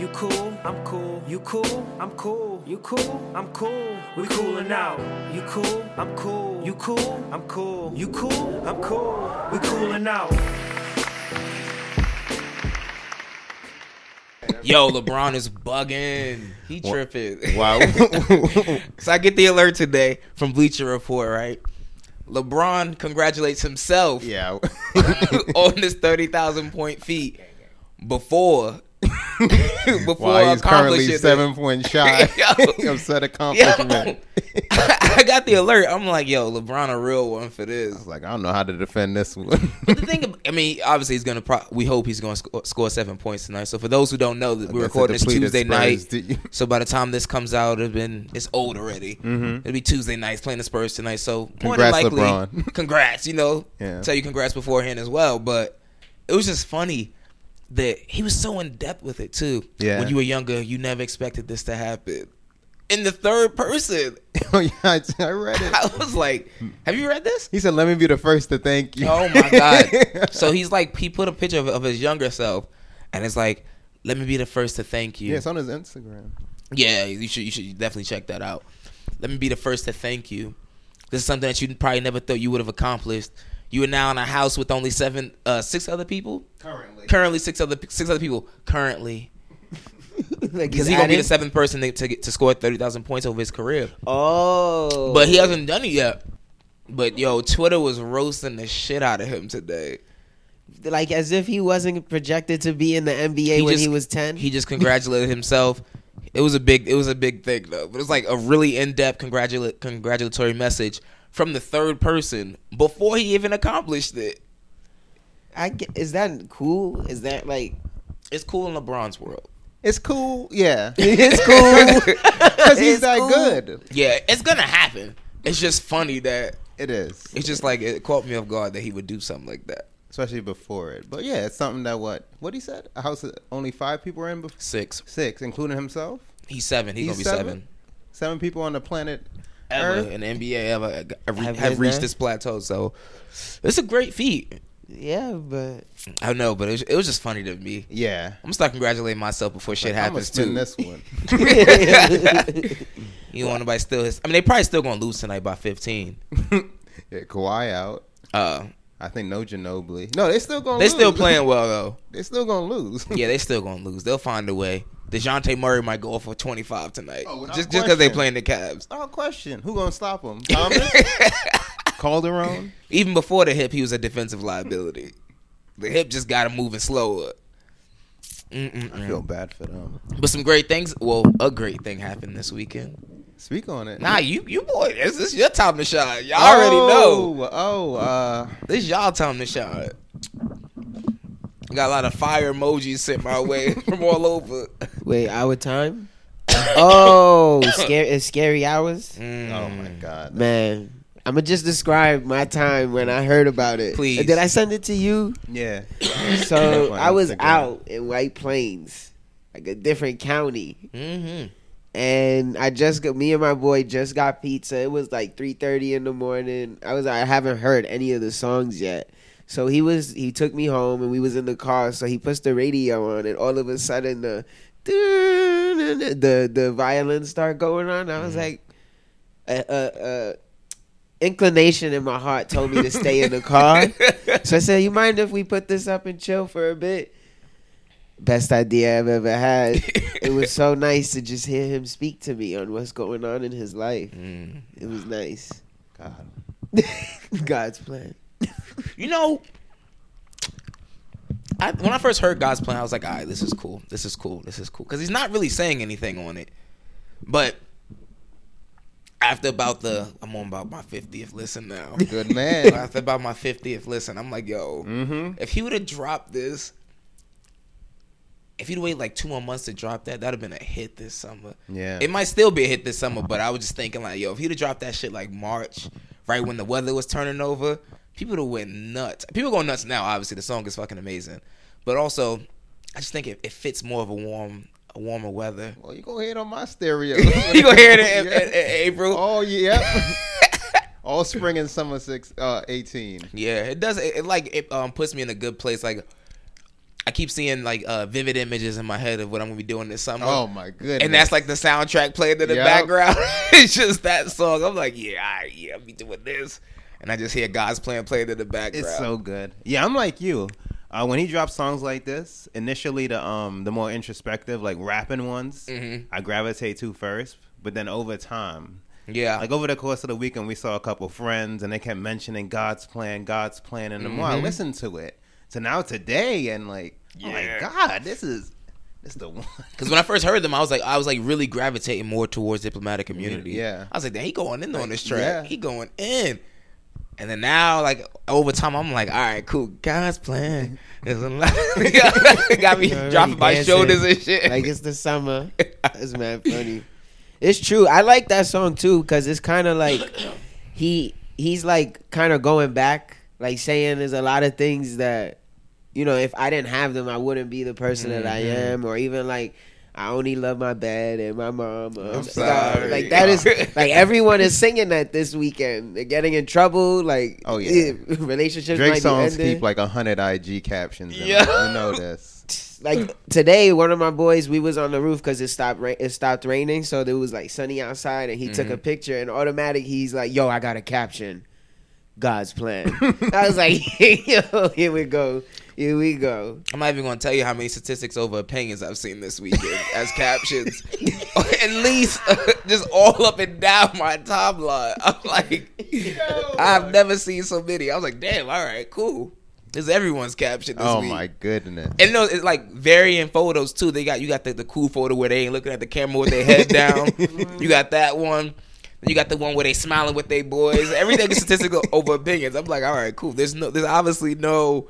You cool, I'm cool. You cool, I'm cool. You cool, I'm cool. We coolin' out. You cool, I'm cool. You cool, I'm cool. You cool, I'm cool. We coolin' out. Yo, LeBron is bugging. He tripping. Wow. so I get the alert today from Bleacher Report, right? LeBron congratulates himself yeah. on this 30,000 point feat before before While he's currently accomplishing seven point shy Yo. of said accomplishment. it. Yo, I got the alert. I'm like, yo, LeBron a real one for It's this. like I don't know how to defend this one. But the thing, ab- I mean, obviously he's gonna. Pro- we hope he's gonna score, score seven points tonight. So for those who don't know, that we're a recording this depleted Tuesday Spurs night. team. So by the time this comes out, it's been it's old already. It'll be Tuesday nights playing the Spurs tonight. So more than Mm-hmm. Congrats, likely, LeBron. congrats. You know, Yeah. tell you congrats beforehand as well. But it was just funny that he was so in depth with it too. Yeah. When you were younger, you never expected this to happen. In the third person, oh yeah, I, I read it. I was like, "Have you read this?" He said, "Let me be the first to thank you." Oh my god! so he's like, he put a picture of, of his younger self, and it's like, let me be the first to thank you. yeah, it's on his Instagram. Yeah, you should you should definitely check that out. Let me be the first to thank you. This is something that you probably never thought you would have accomplished. You are now in a house with only seven, uh, six other people. Currently, currently six other six other people currently. Because he's gonna be the seventh person to to, get, to score thirty thousand points over his career. Oh. But he hasn't done it yet. But yo, Twitter was roasting the shit out of him today. like as if he wasn't projected to be in the NBA when just- he was 10. He just congratulated himself. It was a big it was a big thing though. But it was like a really in depth congratula- congratulatory message from the third person before he even accomplished it. I get, is that cool? Is that like It's cool in LeBron's world. It's cool. Yeah, it's cool? because he's It's that cool. good. Yeah, it's gonna happen. It's just funny that It is, it's just like it caught me off guard that he would do something like that. especially before it. But yeah, it's something that what what he said. A house that only five people are in before Six. six, including himself. He's seven. He's, He's gonna be seven? seven. Seven people on the planet Ever Earth. in the NBA ever have, re- Have have been reached there? this plateau. So it's a great feat. yeah, but I know, but it was, it was just funny to me. Yeah, I'm gonna start congratulating myself before shit I'm gonna happens too. spin this one. You don't want nobody steal his. I mean, they probably still gonna lose tonight by 15. yeah, Kawhi out. Uh, I think no Ginobili. No, they still gonna. they lose. still playing well though. They still gonna lose. Yeah, they still gonna lose. They'll find a way. Dejounte Murray might go for 25 tonight. Oh, without just just because they question. playing the Cavs. No question. Who gonna stop him? Thomas Calderon. Even before the hip, he was a defensive liability. The hip just got him moving slower. I feel bad for them. But some great things. Well, a great thing happened this weekend. Speak on it. Nah, you you boy, this is your time to shine. Y'all already know. Oh, Oh, uh, This y'all time to shine. Got a lot of fire emojis sent my way from all over. wait, our time? oh, scary it's scary hours? Mm. oh my god. Man, I'm gonna just describe my time when I heard about it. Please. Did I send it to you? Yeah. So Definitely I was Instagram. out in White Plains, like a different county, Mm-hmm. and I just got me and my boy just got pizza. It was like three thirty in the morning. I was I haven't heard any of the songs yet. So he was he took me home and we was in the car. So he puts the radio on and all of a sudden the the the violins start going on. I was like, uh, uh, uh, inclination in my heart told me to stay in the car. so I said, "You mind if we put this up and chill for a bit?" Best idea I've ever had. it was so nice to just hear him speak to me on what's going on in his life. It was nice. God. God's plan. You know, I, when I first heard God's plan, I was like, all right, this is cool. This is cool. This is cool. Because he's not really saying anything on it. But after about the, I'm on about my 50th listen now. Good man. Mm-hmm. after about my 50th listen, I'm like, yo, if he would have dropped this, if he'd wait like two more months to drop that, that'd have been a hit this summer. Yeah. Uh-huh. It might still be a hit this summer, but I was just thinking like, yo, if he'd have dropped that shit like March, right when the weather was turning over, people would have went nuts. People going nuts now, obviously. The song is fucking amazing. But also, I just think it, it fits more of a warm a warmer weather. well, you gonna hear it on my stereo. you gonna hear it in, in- in April. Oh yeah. All spring and summer six uh eighteen. Yeah, it does. It, it like it um, puts me in a good place. Like I keep seeing like uh, vivid images in my head of what I'm gonna be doing this summer. Oh my goodness. And that's like the soundtrack playing in the Yup. background. it's just that song. I'm like, yeah, all right, yeah, I'll be doing this, and I just hear God's plan playing in the background. It's so good. Yeah, I'm like you. Uh, when he drops songs like this, initially the um the more introspective, like rapping ones, Mm-hmm. I gravitate to first. But then over time, yeah, like over the course of the weekend, we saw a couple friends, and they kept mentioning God's plan, God's plan, and the more Mm-hmm. I listened to it, to now today, and like, oh my God, this is this is the one. because when I first heard them, I was like, I was like really gravitating more towards diplomatic community. Yeah. I was like, damn, he going in on this track. yeah. He going in. And then now, like over time, I'm like, all right, cool. God's plan is unli- got me Already dropping my dancing. shoulders and shit. Like it's the summer. It's mad funny. It's true. I like that song too because it's kind of like he he's like kind of going back, like saying there's a lot of things that you know if I didn't have them, I wouldn't be the person that I am, or even like. I only love my bed and my mom. I'm sorry. Like that is like everyone is singing that this weekend. They're getting in trouble. Like Oh, yeah. relationships. might Drake be songs ending. keep like hundred IG captions. In Yeah. yeah, you know this. like today one of my boys we was on the roof because it stopped ra- it stopped raining so there was like sunny outside and he took a Mm-hmm. picture and automatic he's like yo i got a caption god's plan i was like yo here we go here we go I'm not even gonna tell you how many statistics over opinions I've seen this weekend as captions. At least just all up and down my timeline. I'm like, I've never seen so many. I was like, damn, all right, cool. This is everyone's caption this oh week. my goodness. And no, it's like varying photos too. They got you got the, the cool photo where they ain't looking at the camera with their head down. you got that one. Then you got the one where they smiling with their boys. Everything is statistical over opinions. I'm like, all right, cool. There's no, there's obviously no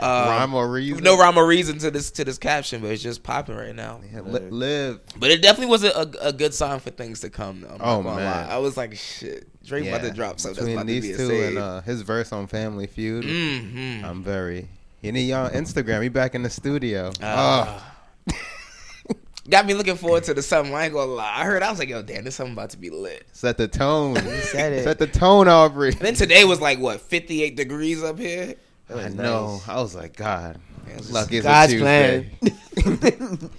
uh, Rhyme or reason? No rhyme or reason to this to this caption, but it's just popping right now. Yeah, li- live. But it definitely was a, a, a good sign for things to come. Though. I'm not Oh, gonna man. lie. I was like, shit, Drake about to drop something. between that's about these to be a two save. and uh, his verse on Family Feud. Mhm. I'm very. You need y'all on Instagram. He back in the studio. Ah. Got me looking forward to the summer. I ain't gonna lie. I heard I was like, yo, damn, this something about to be lit. set the tone. said it. Set the tone, Aubrey. And then today was like what, fifty eight degrees up here? I know. I was like, God. Lucky it's a God's Tuesday.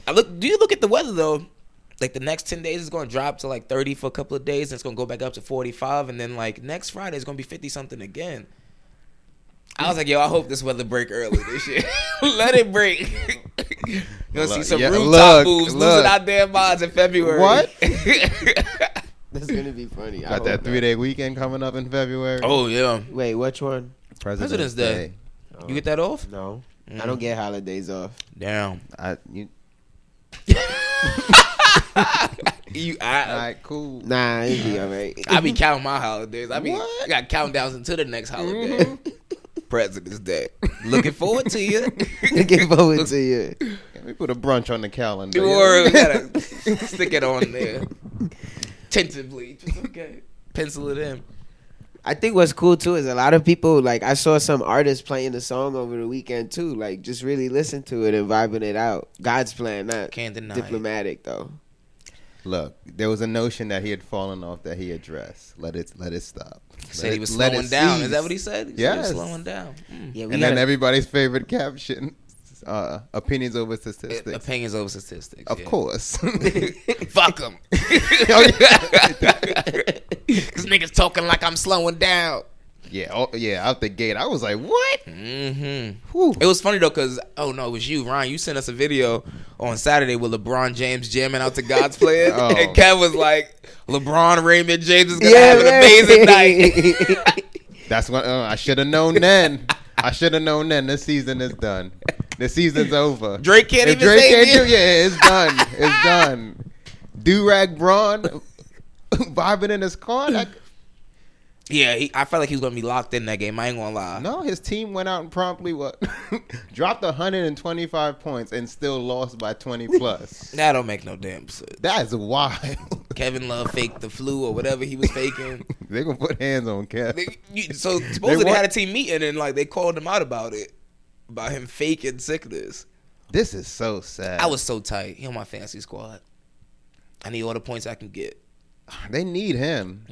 I look do you look at the weather though? Like the next ten days is gonna drop to like thirty for a couple of days, and it's gonna go back up to forty five, and then like next Friday it's gonna be fifty something again. I was like, yo, I hope this weather break early this year. Let it break. You're gonna see Look, some yeah, rooftop look, moves look. losing our damn minds in February. What? that's gonna be funny I Got that hope three day weekend coming up in February. oh yeah. not. wait which one President's, President's Day. You get that off? no i Mm. don't get holidays off Damn. I, you, You I, all right, cool. nah it'll be all right I be counting my holidays. I be What? Mm-hmm. I got countdowns until the next holiday. President's Day. Looking forward to you. looking forward to you We put a brunch on the calendar. or we gotta stick it on there. Tentatively. Just okay. Pencil it in. I think what's cool too is a lot of people like I saw some artists playing the song over the weekend too, like just really listen to it and vibing it out. God's plan, not Can't deny it. diplomatic though. Look, there was a notion that he had fallen off that he addressed. Let it let it stop. Let Said he it- was let it slowing down. Is cease. that what he said? He said he was Yes. slowing down. Mm. Yeah, we And then gotta- everybody's favorite caption. uh, opinions over statistics. Eh, Opinions over statistics. of yeah. course. Oh, Fuck them. Cause niggas talking like I'm slowing down. yeah, oh, yeah, out the gate. I was like, what? Hmm. Mm-hmm. It was funny though, cause oh no, it was you, Ryan. You sent us a video on Saturday with LeBron James jamming out to God's plan, Oh. and Kev was like, "LeBron Raymond James is gonna Yeah, have an amazing right. night." That's what uh, I should have known then. I should have known then. This season is done. This season's over. Drake can't If even save can't it. do- Yeah, it's done. It's done. Durag Braun vibing in his car. Like, yeah, he, I felt like he was gonna be locked in that game. I ain't gonna lie. no, his team went out and promptly what dropped 125 points and still lost by 20 plus. That don't make no damn sense. That's wild. Kevin Love faked the flu or whatever he was faking. They gonna put hands on Kev. They- you- so supposedly they want- had a team meeting and like they called him out about it, about him faking sickness. This is so sad. I was so tight. He on my fantasy squad. I need all the points I can get. They need him.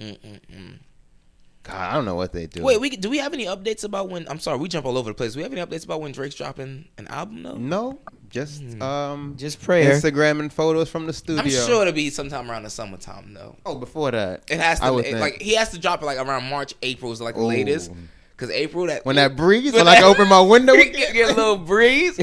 God, I don't know what they do. Wait, we do we have any updates about when? I'm sorry, we jump all over the place. Do we have any updates about when Drake's dropping an album? though? no, just um, Just prayer. Instagram and photos from the studio. Hmm. I'm sure it'll be sometime around the summertime though. Oh, before that, It has I to would it- think. like he has to drop it like around March, April is like the Ooh. latest. Cause April that when that breeze, When when I that- can open my window. get, get a little breeze.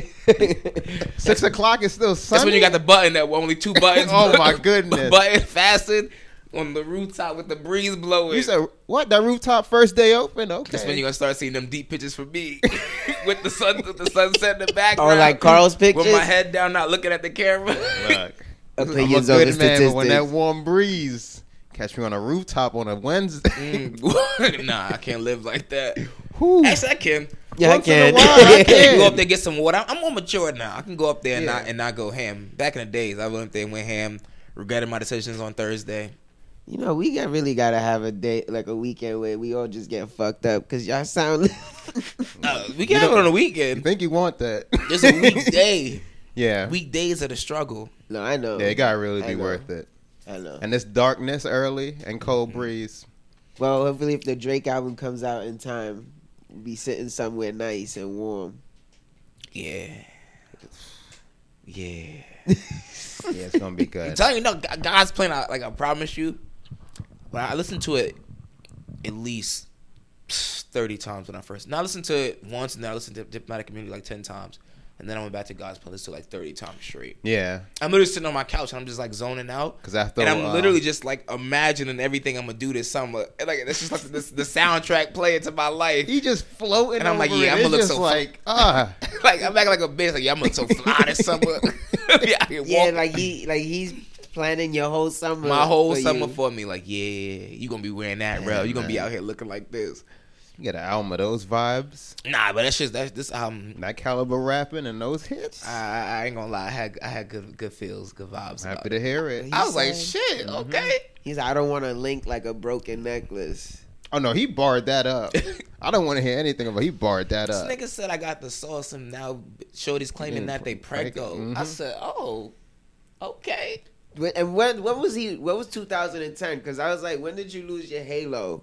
Six o'clock is still sunny. That's when you got the button that only two buttons. Oh, my goodness. Button fastened on the rooftop with the breeze blowing. You said what? That rooftop first day open. Okay. That's when you're gonna start seeing them deep pictures from me with the sun, with the sunset in the background, Or like Carl's with my pictures? head down, not looking at the camera. Look, Opinions I'm a over good man, but when that statistics. warm breeze catch me on a rooftop on a Wednesday. Mm. nah, I can't live like that. Whew. Actually, I can. Yeah, I Once in a while, can. I can. Go up there, get some water. I'm, I'm more mature now. I can go up there and Yeah. not and not go ham. Back in the days, I went up there and went ham. Regretted my decisions on Thursday. You know, we got, really gotta have a day like a weekend where we all just get fucked up because y'all sound. Uh, we can have it on the You weekend. think you want that? Just a weekday. yeah. Weekdays are the struggle. no, I know. Yeah, it gotta really I be know. worth it. I know. And this darkness early Mm-hmm. and cold breeze. Well, hopefully, if the Drake album comes out in time, we'll be sitting somewhere nice and warm. Yeah. Yeah. Yeah, it's gonna be good. Tell you no, G- God's plan. I, like I promise you, when I listened to it at least thirty times when I first. Now I listened to it once, and then I listened to Diplomatic Community like ten times, and then I went back to God's plan. Listened to it like thirty times straight. yeah, I'm literally sitting on my couch and I'm just like zoning out. 'Cause uh, after and a I'm while- literally just like imagining everything I'm gonna do this summer. And, like that's just like this, the soundtrack playing to my life. you just floating. And I'm like, over yeah, it. I'ma It's look just so fu- like ah. Like I'm acting like a bitch. Like yeah, I'm gonna so fly this summer. yeah, I can Yeah, walk- like he, like he's planning your whole summer. my whole for summer you. for me. Like, yeah, you gonna be wearing that, bro. You gonna be man. out here looking like this. You got an album of those vibes, Nah, but that's just that's this album. that caliber rapping, and those hits. I, I I ain't gonna lie, I had I had good good feels, good vibes. Happy about to it. hear it. I was like, shit, okay. He's. I don't want to link like a broken necklace. Oh no, he barred that up. I don't want to hear anything about. He barred that This Uh, up. nigga said I got the sauce, and now shorty's claiming that they preg- preggo. mm-hmm. I said, oh, okay. But- And when when was he? What was 2010? Because I was like, when did you lose your halo?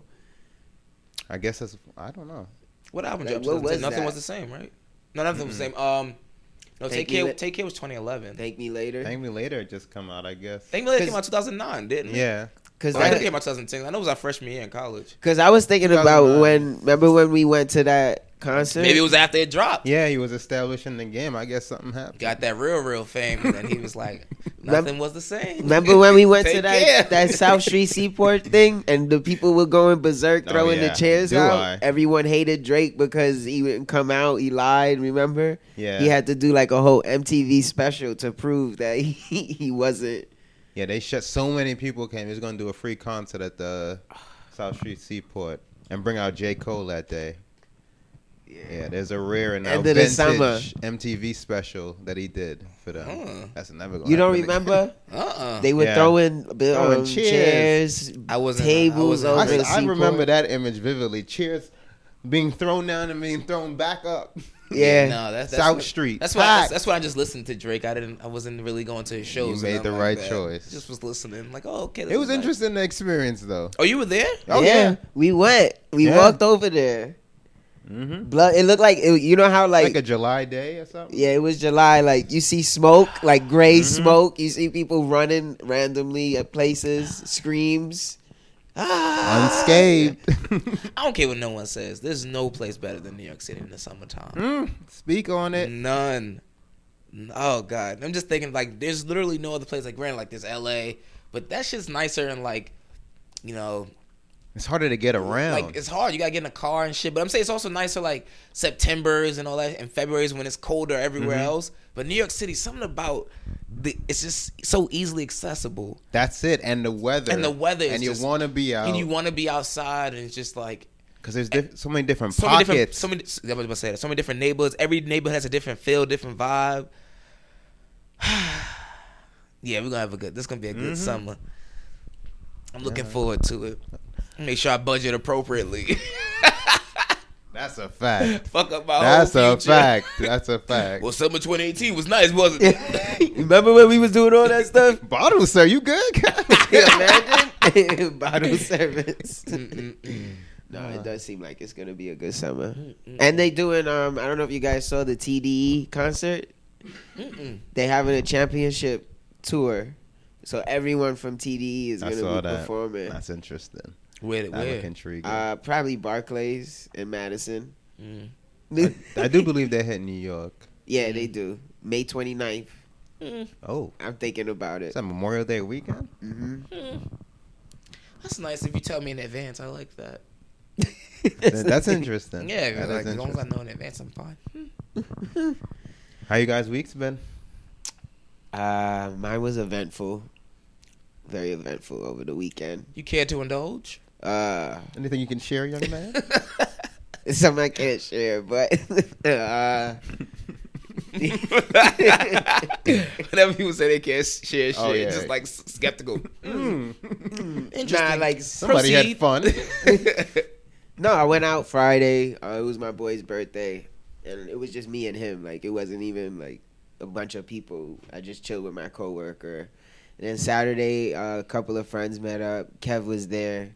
I guess that's. I don't know. What album Like, dropped? what 2010? was Nothing that? was the same, right? No, nothing was the same. Um, no, Thank take care. You La- take care was 2011. Thank, Thank me later. Thank me later. It just come out. I guess. Thank Me Later came out 2009, didn't it? yeah. Because Well, I think it came out 2010. I know it was our freshman year in college. because I was thinking about 2009. when. Remember when we went to that concert? Maybe it was after it dropped. Yeah, he was establishing the game. I guess something happened. got that real real fame and then he was like nothing was the same Remember when we went to Take that, care. that South Street Seaport thing and the people were going berserk Oh, throwing yeah. the chairs Do out? I? Everyone hated Drake because he wouldn't come out. He lied, remember? Yeah. He had to do like a whole MTV special to prove that he, he wasn't. Yeah, they shut so many people came. He was gonna do a free concert at the South Street Seaport and bring out J. Cole that day. Yeah, there's a rare and now End of the vintage summer. MTV special that that he did for them. That's never gonna You don't happen again. remember? uh-uh They were Yeah. throwing, um, Throwing chairs. chairs, I wasn't- I tables wasn't- I, over the I remember seaport. that image vividly. Cheers being thrown down and being thrown back up. Yeah. no that's, that's South what- Street. that's why that's, Packed. that's why I just listened to Drake I didn't I wasn't really going to his shows and made nothing the like right that. choice. just was listening like oh okay this It was is nice. interesting to experience though. oh you were there Oh yeah, yeah. we went. We Yeah. walked over there. Blood. It looked like it, you know how Like a July day or something. Yeah, it was July. Like you see smoke, like gray Mm-hmm. smoke. You see people running randomly at places, screams. Unscathed. I don't care what no one says. There's no place better than New York City in the summertime. Hmm, Speak on Mm. it. None. Oh God, I'm just thinking like there's literally no other place. Like granted, like there's L.A., but that shit's nicer and like, you know, It's harder to get around. like it's hard. You gotta get in a car and shit. But I'm saying it's also nicer like September's and all that, and February's when it's colder everywhere Mm-hmm. else. But New York City, something about the it's just so easily accessible. That's it. And the weather. And the weather is And you just- want to be out. And you want to be outside, and it's just like Because there's diff- so many different so many different, pockets. so many. I was about to say that. So many different neighborhoods. Every neighborhood has a different feel, different vibe. yeah, we're gonna have a good. This is gonna be a Mm-hmm. good summer. I'm looking forward to it. Make sure I budget appropriately. That's a fact. Fuck up my That's whole a Oh, future. fact. That's a fact. Well, summer 2018 was nice, wasn't it? Remember when we was doing all that stuff? Bottle, sir, you good? Imagine bottle service. no, it does seem like it's gonna be a good summer. And they doing um, I don't know if you guys saw the TDE concert. They having a championship tour, so everyone from TDE is I gonna saw be that. performing. That's interesting. Where? That look Where? intriguing. Uh, probably Barclays and Madison. I do believe they hit New York. yeah, they do. May 29th. Oh, I'm thinking about it. is that Memorial Day weekend? That's nice if you tell me in advance. I like that. That- That's interesting. Yeah, That like, is as long as I interesting. know in advance, I'm fine. How you guys' weeks been? Uh, mine was eventful. Very eventful over the weekend. You care to indulge? Uh, Anything you can share, young man? it's something I can't share, but uh, Whenever people say they can't share shit, Oh, yeah. it's just like s- skeptical. nah, like Hmm. Somebody Proceed. had fun. no, I went out Friday. Uh, it was my boy's birthday, and it was just me and him. Like it wasn't even like a bunch of people. I just chilled with my coworker. And then Saturday, uh, a couple of friends met up. Kev was there,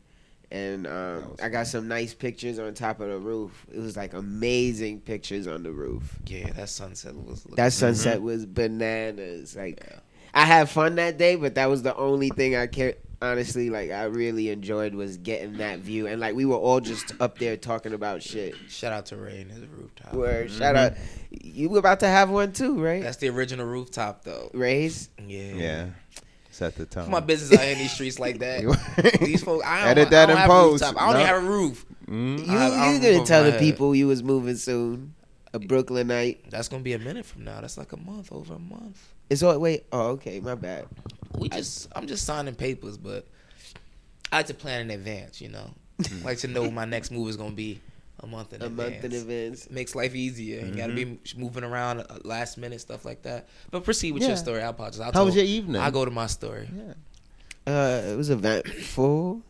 and um, I got some nice pictures on top of the roof. It was like amazing pictures on the roof. yeah, that sunset was. That sunset was bananas. Like I had fun that day, but that was the only thing I care honestly like I really enjoyed was getting that view and like we were all just up there talking about shit. Shout out to Ray and his rooftop. Where shout out you were about to have one too, right? That's the original rooftop, though. Raise. Yeah. yeah. Set the tone. My business out in these streets like that. These folks, I don't, Edit I that don't in have post. Mm-hmm. rooftop. I don't even No. have a roof. You Mm-hmm. I- I you don't remember gonna tell my the head. people you was moving soon. A Brooklynite. That's gonna be a minute from now. That's like a month, over a month. It's all wait, oh okay, my bad. We just, I'm just signing papers, but I like to plan in advance. You know, Mm-hmm. I like to know what my next move is gonna be a month in A advance. month in advance. makes life easier. You gotta be Mm-hmm. moving around uh, last minute stuff like that. But proceed with Yeah. your story. I apologize. I'll How was tell- your evening? I'll go to my story. Uh, it was eventful.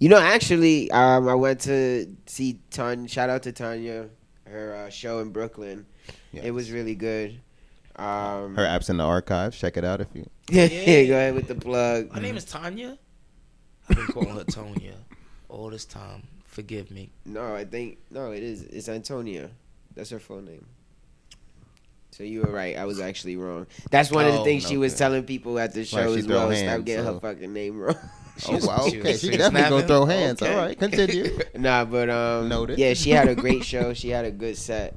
You know, actually, um, I went to see Tanya. Shout out to Tanya, her uh, show in Brooklyn. It was really good. Um, Her app's in the archives. Check it out if you. oh, yeah, go ahead with the plug. My name is Tanya. I've been calling her Tonya all this time. Forgive me. No, I think no, it is. It's Antonia. That's her full name. So you were right. I was actually wrong. That's one of the Oh, things she was okay. telling people at the show she as throw well. hands, Stop getting so- her fucking name wrong. Oh wow, she okay. was- She she was definitely gonna snapping. throw hands. Okay. All right, continue. nah, but um, Noted. yeah, she had a great show. She had a good set,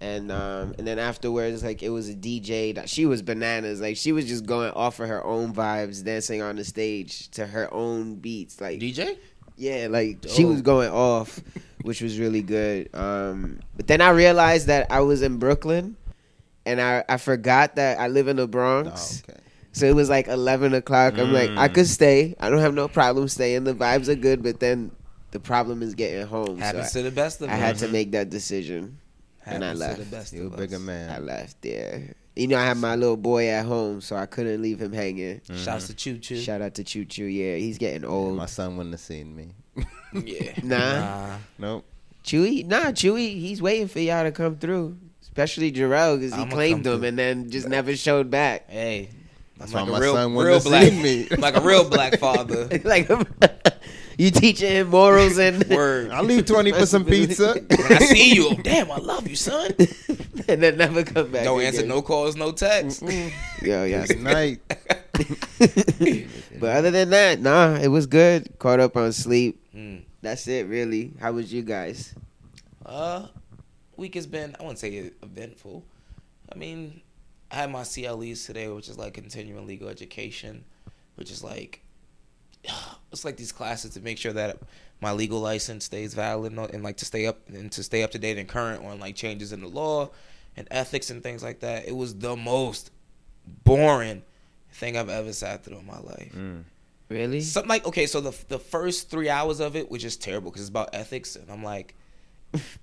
and um, and then afterwards, like it was a DJ. That, she was bananas. Like she was just going off of her own vibes, dancing on the stage to her own beats. Like DJ? yeah, like she was going off, which was really good. Um, but then I realized that I was in Brooklyn, and I I forgot that I live in the Bronx. Oh, okay. So it was like eleven o'clock. I'm like, I could stay. I don't have no problem staying. The vibes are good, but then the problem is getting home. So Happens I, to the best of I us. had to make that decision, and I Happens left. To the best You a of bigger us. I man. left. Yeah, you know, I had my little boy at home, so I couldn't leave him hanging. Shouts to Choo Choo. Shout out to Choo Choo. Mm-hmm. Yeah, he's getting old. My son wouldn't have seen me. yeah. Nah. Nah. Nope. Chewy, nah, Chewy, he's waiting for y'all to come through. Especially Jarrell, because he I'ma claimed come him through. and then just never showed back. Hey. That's why my son wouldn't have black, seen me. like a real black father. like, You teaching him morals and Word. I'll leave 20 for some pizza. I see you. Damn, I love you, son. and then never come back. No again. answer, no calls, no text. Yo, yeah. Good night. But other than that, nah, it was good. Caught up on sleep. That's it, really. How was you guys? Uh, week has been, I wouldn't say eventful. I mean, I had my CLEs today, which is like continuing legal education, which is like, it's like these classes to make sure that my legal license stays valid and, and like to stay up and to stay up to date and current on like changes in the law and ethics and things like that. It was the most boring thing I've ever sat through in my life. Really? Something like okay, so the the first three hours of it was just terrible because it's about ethics, and I'm like,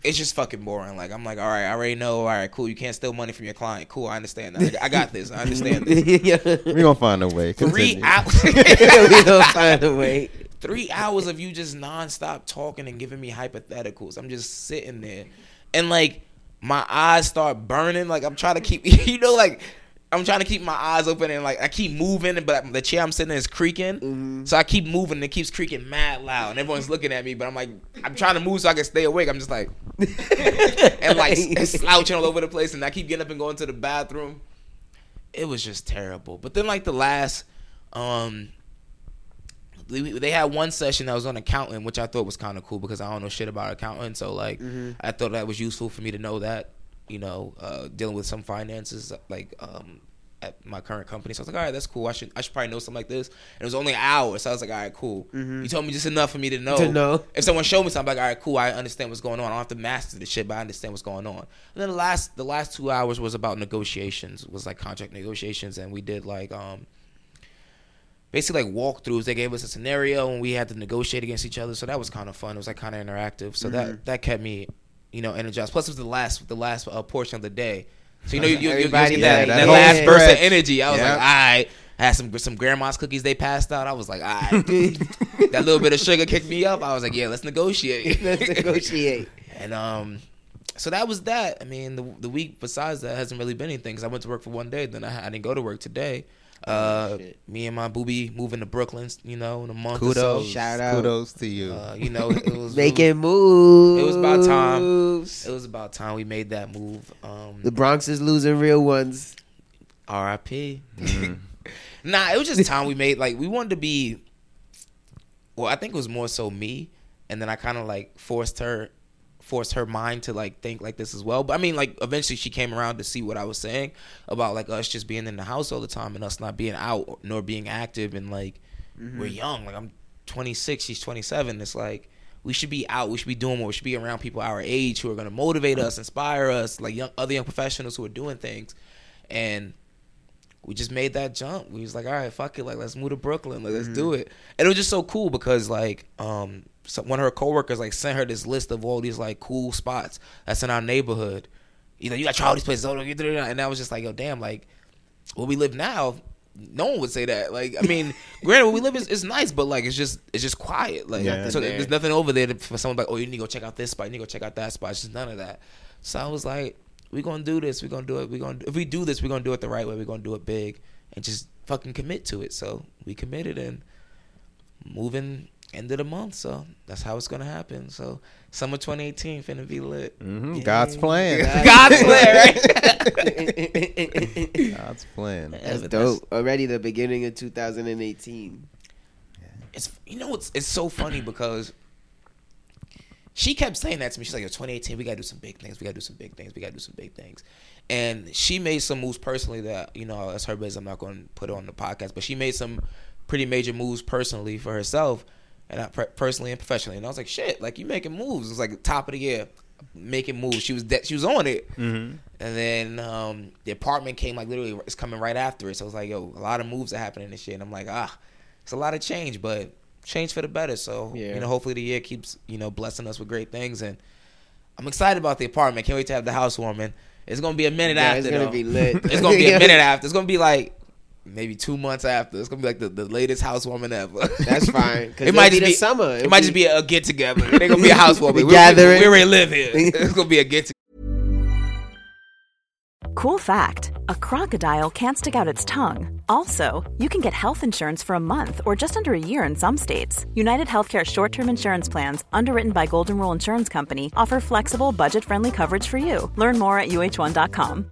it's just fucking boring. Like I'm like, all right, I already know. All right, cool. You can't steal money from your client. Cool, I understand that. I, I got this. I understand this. yeah. We're going to find a way. Three Continue. hours, we gonna find a way. three hours of you just nonstop talking and giving me hypotheticals. I'm just sitting there, and like my eyes start burning. Like I'm trying to keep, you know, like. I'm trying to keep my eyes open and like I keep moving, but the chair I'm sitting in is creaking. So I keep moving and it keeps creaking mad loud, and everyone's looking at me. But I'm like, I'm trying to move so I can stay awake. I'm just like, and like slouching all over the place, and I keep getting up and going to the bathroom. It was just terrible. But then like the last, um, we- they had one session that was on accounting, which I thought was kind of cool because I don't know shit about accounting. So like, I thought that was useful for me to know that, you know, uh, dealing with some finances like um, at my current company. So I was like, all right, that's cool. I should I should probably know something like this. And it was only an hour, so I was like, all right, cool. You told me just enough for me to know. To know. If someone showed me something, I'm like, all right, cool, I understand what's going on. I don't have to master the shit, but I understand what's going on. And then the last the last two hours was about negotiations, was like contract negotiations, and we did like um basically like walkthroughs. They gave us a scenario and we had to negotiate against each other. So that was kind of fun. It was like kind of interactive. So that that kept me, you know, energized. Plus it was the last the last uh, portion of the day. So you know you, you, you, you Everybody get that, like that that last whole burst of stretch. energy. I was Yeah. like, all right. I had some some grandma's cookies they passed out. I was like, all right. that little bit of sugar kicked me up. I was like, yeah, let's negotiate. Let's negotiate. And um, so that was that. I mean, the the week besides that hasn't really been anything because I went to work for one day, then I, I didn't go to work today. Uh, me and my booby moving to Brooklyn, you know, in a month. or so. Kudos. Shout out. Kudos to you. Uh, you know, it was Making moves. It was about time. It time. was about time we made that move. Um, The Bronx is losing real ones. R.I.P. nah, it was just time we made. Like we wanted to be. Well, I think it was more so me, and then I kind of like forced her, forced her mind to like think like this as well. But I mean, like eventually she came around to see what I was saying about like us just being in the house all the time and us not being out nor being active and like we're young. Like I'm 26, she's 27. It's like. We should be out. We should be doing more. We should be around people our age who are going to motivate us, inspire us, like young other young professionals who are doing things. And we just made that jump. We was like, all right, fuck it, like let's move to Brooklyn, like, let's do it. And it was just so cool because like um so one of her coworkers like sent her this list of all these like cool spots that's in our neighborhood. You know, you gotta try all these places. And I was just like, yo, damn, like where we live now, no one would say that. Like, I mean, granted, where we live is, is nice, but like it's just it's just quiet. Like, Yeah. so there's nothing over there to, for someone like, oh, you need to go check out this spot, you need to go check out that spot. It's just none of that. So I was like, we're gonna do this. We're gonna do it. We're gonna if we do this, we're gonna do it the right way. We're gonna do it big and just fucking commit to it. So we committed and moving end of the month. So that's how it's gonna happen. So summer 2018 finna be lit. Mhm, God's plan. God's plan, right? God's plan. That's but dope. Already the beginning of 2018. it's you know it's it's so funny because she kept saying that to me. She's like, "Yo, 2018, we gotta do some big things. We gotta do some big things. We gotta do some big things." And she made some moves personally that you know that's her business. I'm not going to put it on the podcast, but she made some pretty major moves personally for herself, and I, per- personally and professionally. And I was like, "Shit, like you making moves." It was like top of the year, making moves. She was de- she was on it. And then um, the apartment came like literally it's coming right after it. So it was like, "Yo, a lot of moves are happening this year." And I'm like, "Ah, it's a lot of change, but." Change for the better. So Yeah. you know, hopefully the year keeps you know blessing us with great things, and I'm excited about the apartment. Can't wait to have the housewarming. It's gonna be a minute Yeah, after. it's gonna though. be lit. it's gonna be Yeah. a minute after. It's gonna be like maybe two months after. It's gonna be like the, the latest housewarming ever. That's fine, 'cause It might just it'll be be the summer. It It'll might be- just be a get together. It ain't gonna be a housewarming. The We already- gathering. We already live here. It's gonna be a get together. Cool fact a crocodile can't stick out its tongue. Also, you can get health insurance for a month or just under a year in some states. United Healthcare short term insurance plans, underwritten by Golden Rule Insurance Company, offer flexible, budget friendly coverage for you. Learn more at uh1.com.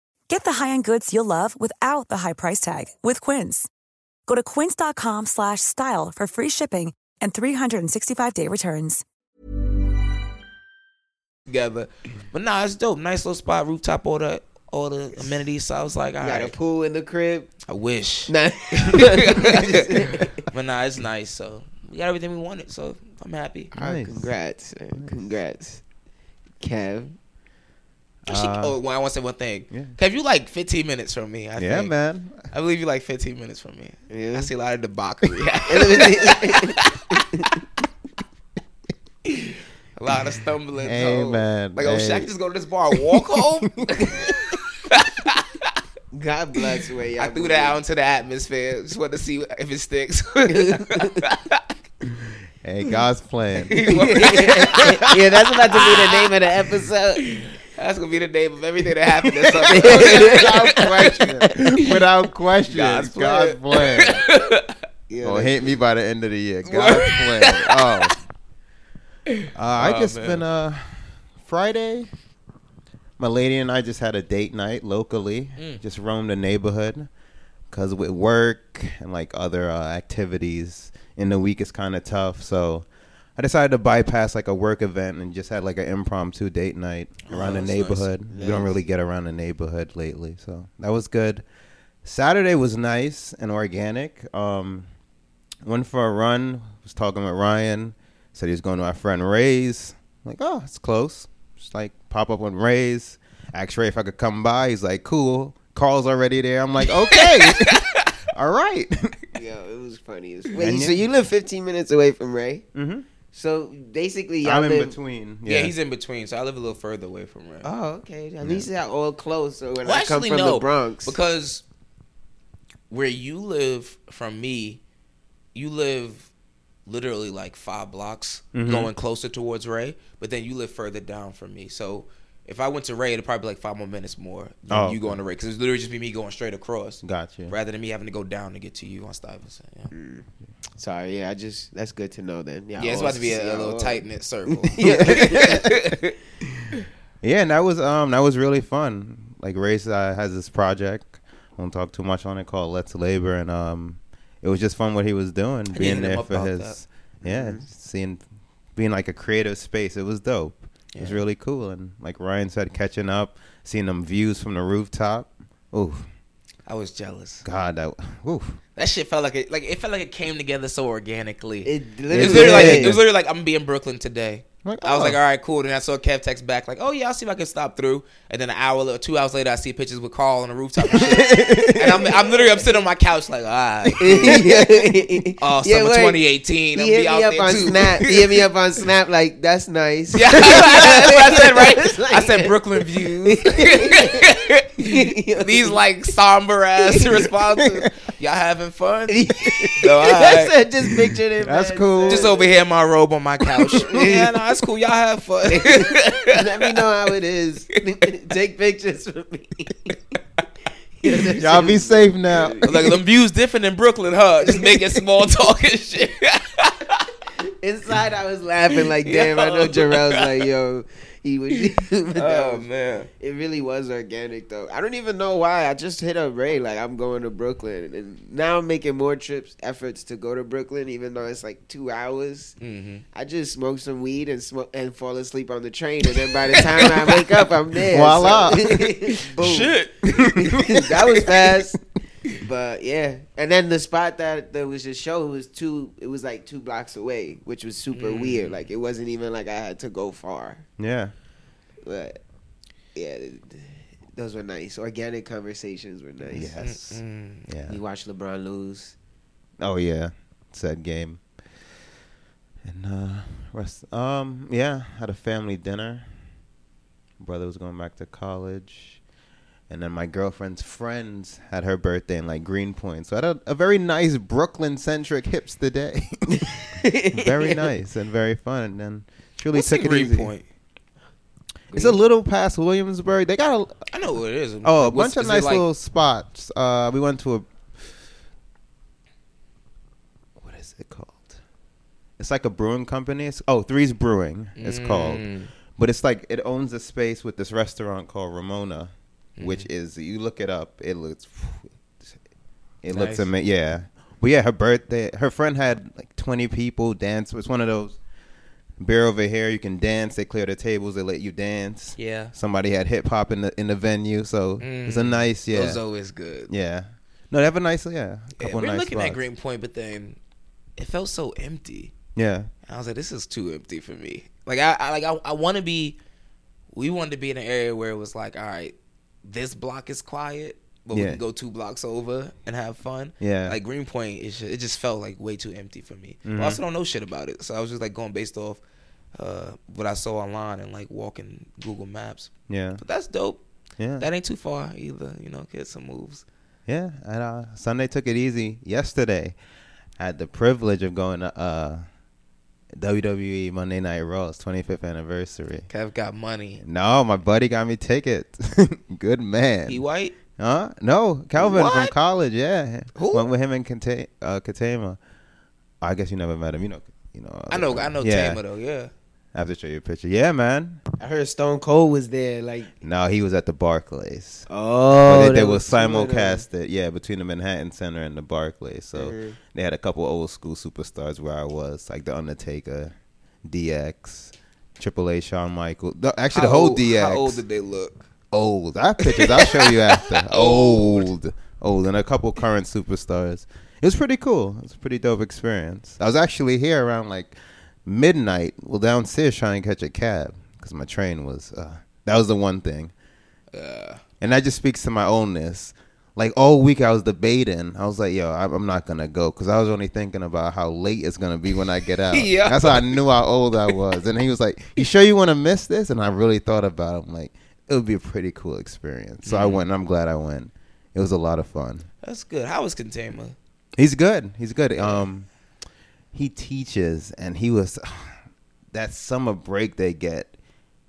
Get the high-end goods you'll love without the high price tag with Quince. Go to quince.com/style slash style for free shipping and 365-day returns. together. But nah, it's dope. Nice little spot, rooftop, all the all the amenities. So I was like, all Got a right, pool in the crib. I wish. Nah. But nah, it's nice. So we got everything we wanted. So I'm happy. All Nice. right, congrats, man. congrats, Kev. Actually, oh, well, I want to say one thing. Uh, yeah. Kev, you like 15 minutes from me. I Yeah, think. man. I believe you like 15 minutes from me. Yeah. I see a lot of debauchery, a lot of stumbling. Hey, so- man. Like, oh, shit, I Hey. can just go to this bar and walk home? God bless where y'all. I threw believe. that out into the atmosphere. Just wanted to see if it sticks. Hey, God's plan. yeah, that's about to be the name of the episode. That's gonna be the name of everything that happened this summer. Without question. Without question. God's God's plan. plan. Yeah, Or that's- hit me by the end of the year. God's plan. Oh. Uh, I Oh, just man. been uh Friday. My lady and I just had a date night locally. Mm. Just roamed the neighborhood because with work and like other uh, activities in the week it's kind of tough. So I decided to bypass like a work event and just had like an impromptu date night around the Oh, that's nice. neighborhood. We don't really get around the neighborhood lately, so that was good. Saturday was nice and organic. Um, went for a run. Was talking with Ryan. Said he was going to our friend Ray's. I'm like, oh, it's close. Just like pop up on Ray's. Asked Ray if I could come by. He's like, cool. Carl's already there. I'm like, okay, all right. Yo, it was funny. As Wait, And so yeah. you live 15 minutes away from Ray? Mm-hmm. So basically, I'm y'all in live- between. yeah, he's in between, so I live a little further away from Ray. Oh, okay. At least y'all all close. So when Well, I come actually, from no, the Bronx, because where you live from me, you live literally like five blocks, Mm-hmm. going closer towards Ray, but then you live further down from me. So if I went to Ray, it'd probably be like five more minutes more. Than Oh, you okay. going to Ray because it's literally just be me going straight across. Gotcha. Rather than me having to go down to get to you on Stuyvesant. Yeah, sorry, yeah, I just that's good to know then. yeah it's all- about to be a, a y'all little all- tight knit circle. Yeah, and that was um that was really fun. Like Race uh, has this project. I won't talk too much on it called Let's Labor, and um it was just fun what he was doing, hit him being there up for about his yeah, seeing being like a creative space. It was dope. It was really cool, and like Ryan said, catching up, seeing them views from the rooftop. Oof, I was jealous. God, that oof. That shit felt like it, like it felt like it came together so organically. It It was literally, literally like Yeah. it was literally like I'm gonna be in Brooklyn today. Like, I was oh. like, all right, cool. Then I saw Kev text back like, oh yeah, I'll see if I can stop through. And then an hour or two hours later, I see pictures with Carl on the rooftop, and, shit. and I'm I'm literally I'm sitting on my couch like, ah, oh, Yeah, summer wait. 2018, I'm gonna He hit be me out up there on too. Snap. He hit me up on Snap. Like that's nice. yeah, that's what I said, right? Like- I said Brooklyn views. These like somber ass responses. Y'all having fun? No, No, all right. just pictured it. That's man. cool. Just over here in my robe on my couch. yeah, no, that's cool. Y'all have fun. Let me know how it is. Take pictures for me. Y'all be safe now. like them views different in Brooklyn, huh? Just making small talk and shit. Inside, I was laughing like, damn. I know Yo. Oh, Jarrell's like, yo, he was. but um, that Oh, was- man. It really was organic though. I don't even know why. I just hit up Ray like I'm going to Brooklyn, and now I'm making more trips, efforts to go to Brooklyn, even though it's like two hours. Mm-hmm. I just smoke some weed and smoke and fall asleep on the train, and then by the time I wake up, I'm there. Voila. Boom. Shit. that was fast. But yeah, and then the spot that that was just show was two. It was like two blocks away, which was super weird. Like it wasn't even like I had to go far. Yeah. But yeah, th- th- those were nice. Organic conversations were nice. Yes. We Yeah. watched LeBron lose. Oh yeah. Said game. And uh rest um yeah, had a family dinner. Brother was going back to college. And then my girlfriend's friends had her birthday in like Greenpoint. So I had a, a very nice Brooklyn centric hipster day. very nice and very fun. And then truly What's took a it easy. green point? It's a little past Williamsburg. They got a, I know what it is. Oh, a What's- bunch is of it nice like- little spots. Uh, we went to a. What is it called? It's like a brewing company. It's, oh, Three's Brewing. It's Mm. called, but it's like it owns a space with this restaurant called Ramona, Mm. which is you look it up. It looks. It looks Nice. amazing. Yeah, but yeah, her birthday. Her friend had like twenty people dance. It's one of those. Beer over here, you can dance. They clear the tables. They let you dance. Yeah. Somebody had hip hop in the in the venue, so it's a nice yeah. Mm. Those always good. yeah. No, they have a nice yeah. Yeah, Couple we nice we're looking at spots. Green Point, but then it felt so empty. Yeah. And I was like, this is too empty for me. Like I, I like I, I want to be. We wanted to be in an area where it was like, all right, this block is quiet, but we Yeah. can go two blocks over and have fun. Yeah. Mm-hmm. like Greenpoint, it, ju- it just felt like way too empty for me. But I also don't know shit about it, so I was just like going based off uh, what I saw online and like walking Google Maps. Yeah. But that's dope. Yeah. That ain't too far either. You know, get some moves. Yeah. And uh, Sunday took it easy. Yesterday, I had the privilege of going to uh, WWE Monday Night Raw's 25th anniversary. Kev got money. No, my buddy got me tickets. Good man. He white. Huh? No, Calvin from What? college. Yeah, Who? went with him and Kate, uh, Katema. I guess you never met him. You know, you know. I know. I know. yeah. Tamer though. Yeah. I have to show you a picture. Yeah, man. I heard Stone Cold was there. Like No, he was at the Barclays. oh, but they, they were simulcasted, yeah, between the Manhattan Center and the Barclays. So they had a couple old school superstars where I was, like The Undertaker, DX, Triple A, Shawn Michael. No, actually, the How whole old- DX. How old did they look? old. I have pictures. I'll show you after. old, old, and a couple current superstars. It was pretty cool. It was a pretty dope experience. I was actually here around like midnight. Well, downstairs trying to catch a cab because my train was. Uh, that was the one thing. And that just speaks to my ownness. Like all week, I was debating. I was like, "Yo, I'm I'm not gonna go," because I was only thinking about how late it's gonna be when I get out. Yeah. That's how I knew how old I was. And he was like, "You sure you want to miss this?" And I really thought about. it. I'm like, it would be a pretty cool experience. So I went. and I'm glad I went. It was a lot of fun. That's good. How was Contama? He's good. He's good. Um, he teaches, and he was that summer break they get.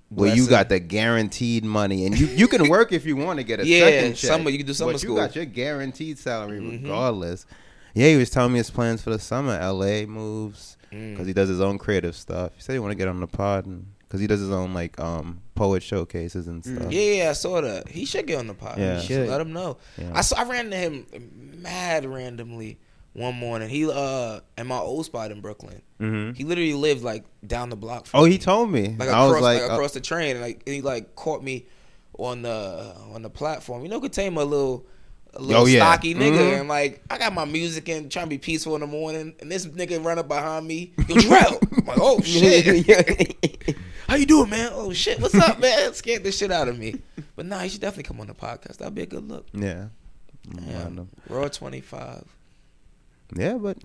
Where Bless you him. got the guaranteed money, and you, you can work if you want to get a Yeah, second check. summer- you can do summer but school. Mm-hmm. You got your guaranteed salary regardless. Yeah, he was telling me his plans for the summer. L.A. moves Mm. because he does his own creative stuff. He said he want to get on the pod because he does his own like um poet showcases and stuff. Mm. Yeah, yeah, I saw that. He should get on the pod. Yeah. Yeah. Should. Let him know. I saw. I ran into him mad randomly one morning. He uh in my old spot in Brooklyn. Mm-hmm. He literally lived like down the block. From Oh, me. he told me. like I across was like, like, uh, across the train. Like and he like caught me on the uh, on the platform. You know, Katama a little. A little Oh, yeah. stocky nigga, Mhm. and like I got my music in, trying to be peaceful in the morning, and this nigga run up behind me, yo, Drell. I'm like, oh shit, How you doing, man? Oh shit, what's up, man? Scared the shit out of me. But nah, you should definitely come on the podcast. That'd be a good look. yeah, Yeah. Random. Raw twenty five. yeah, but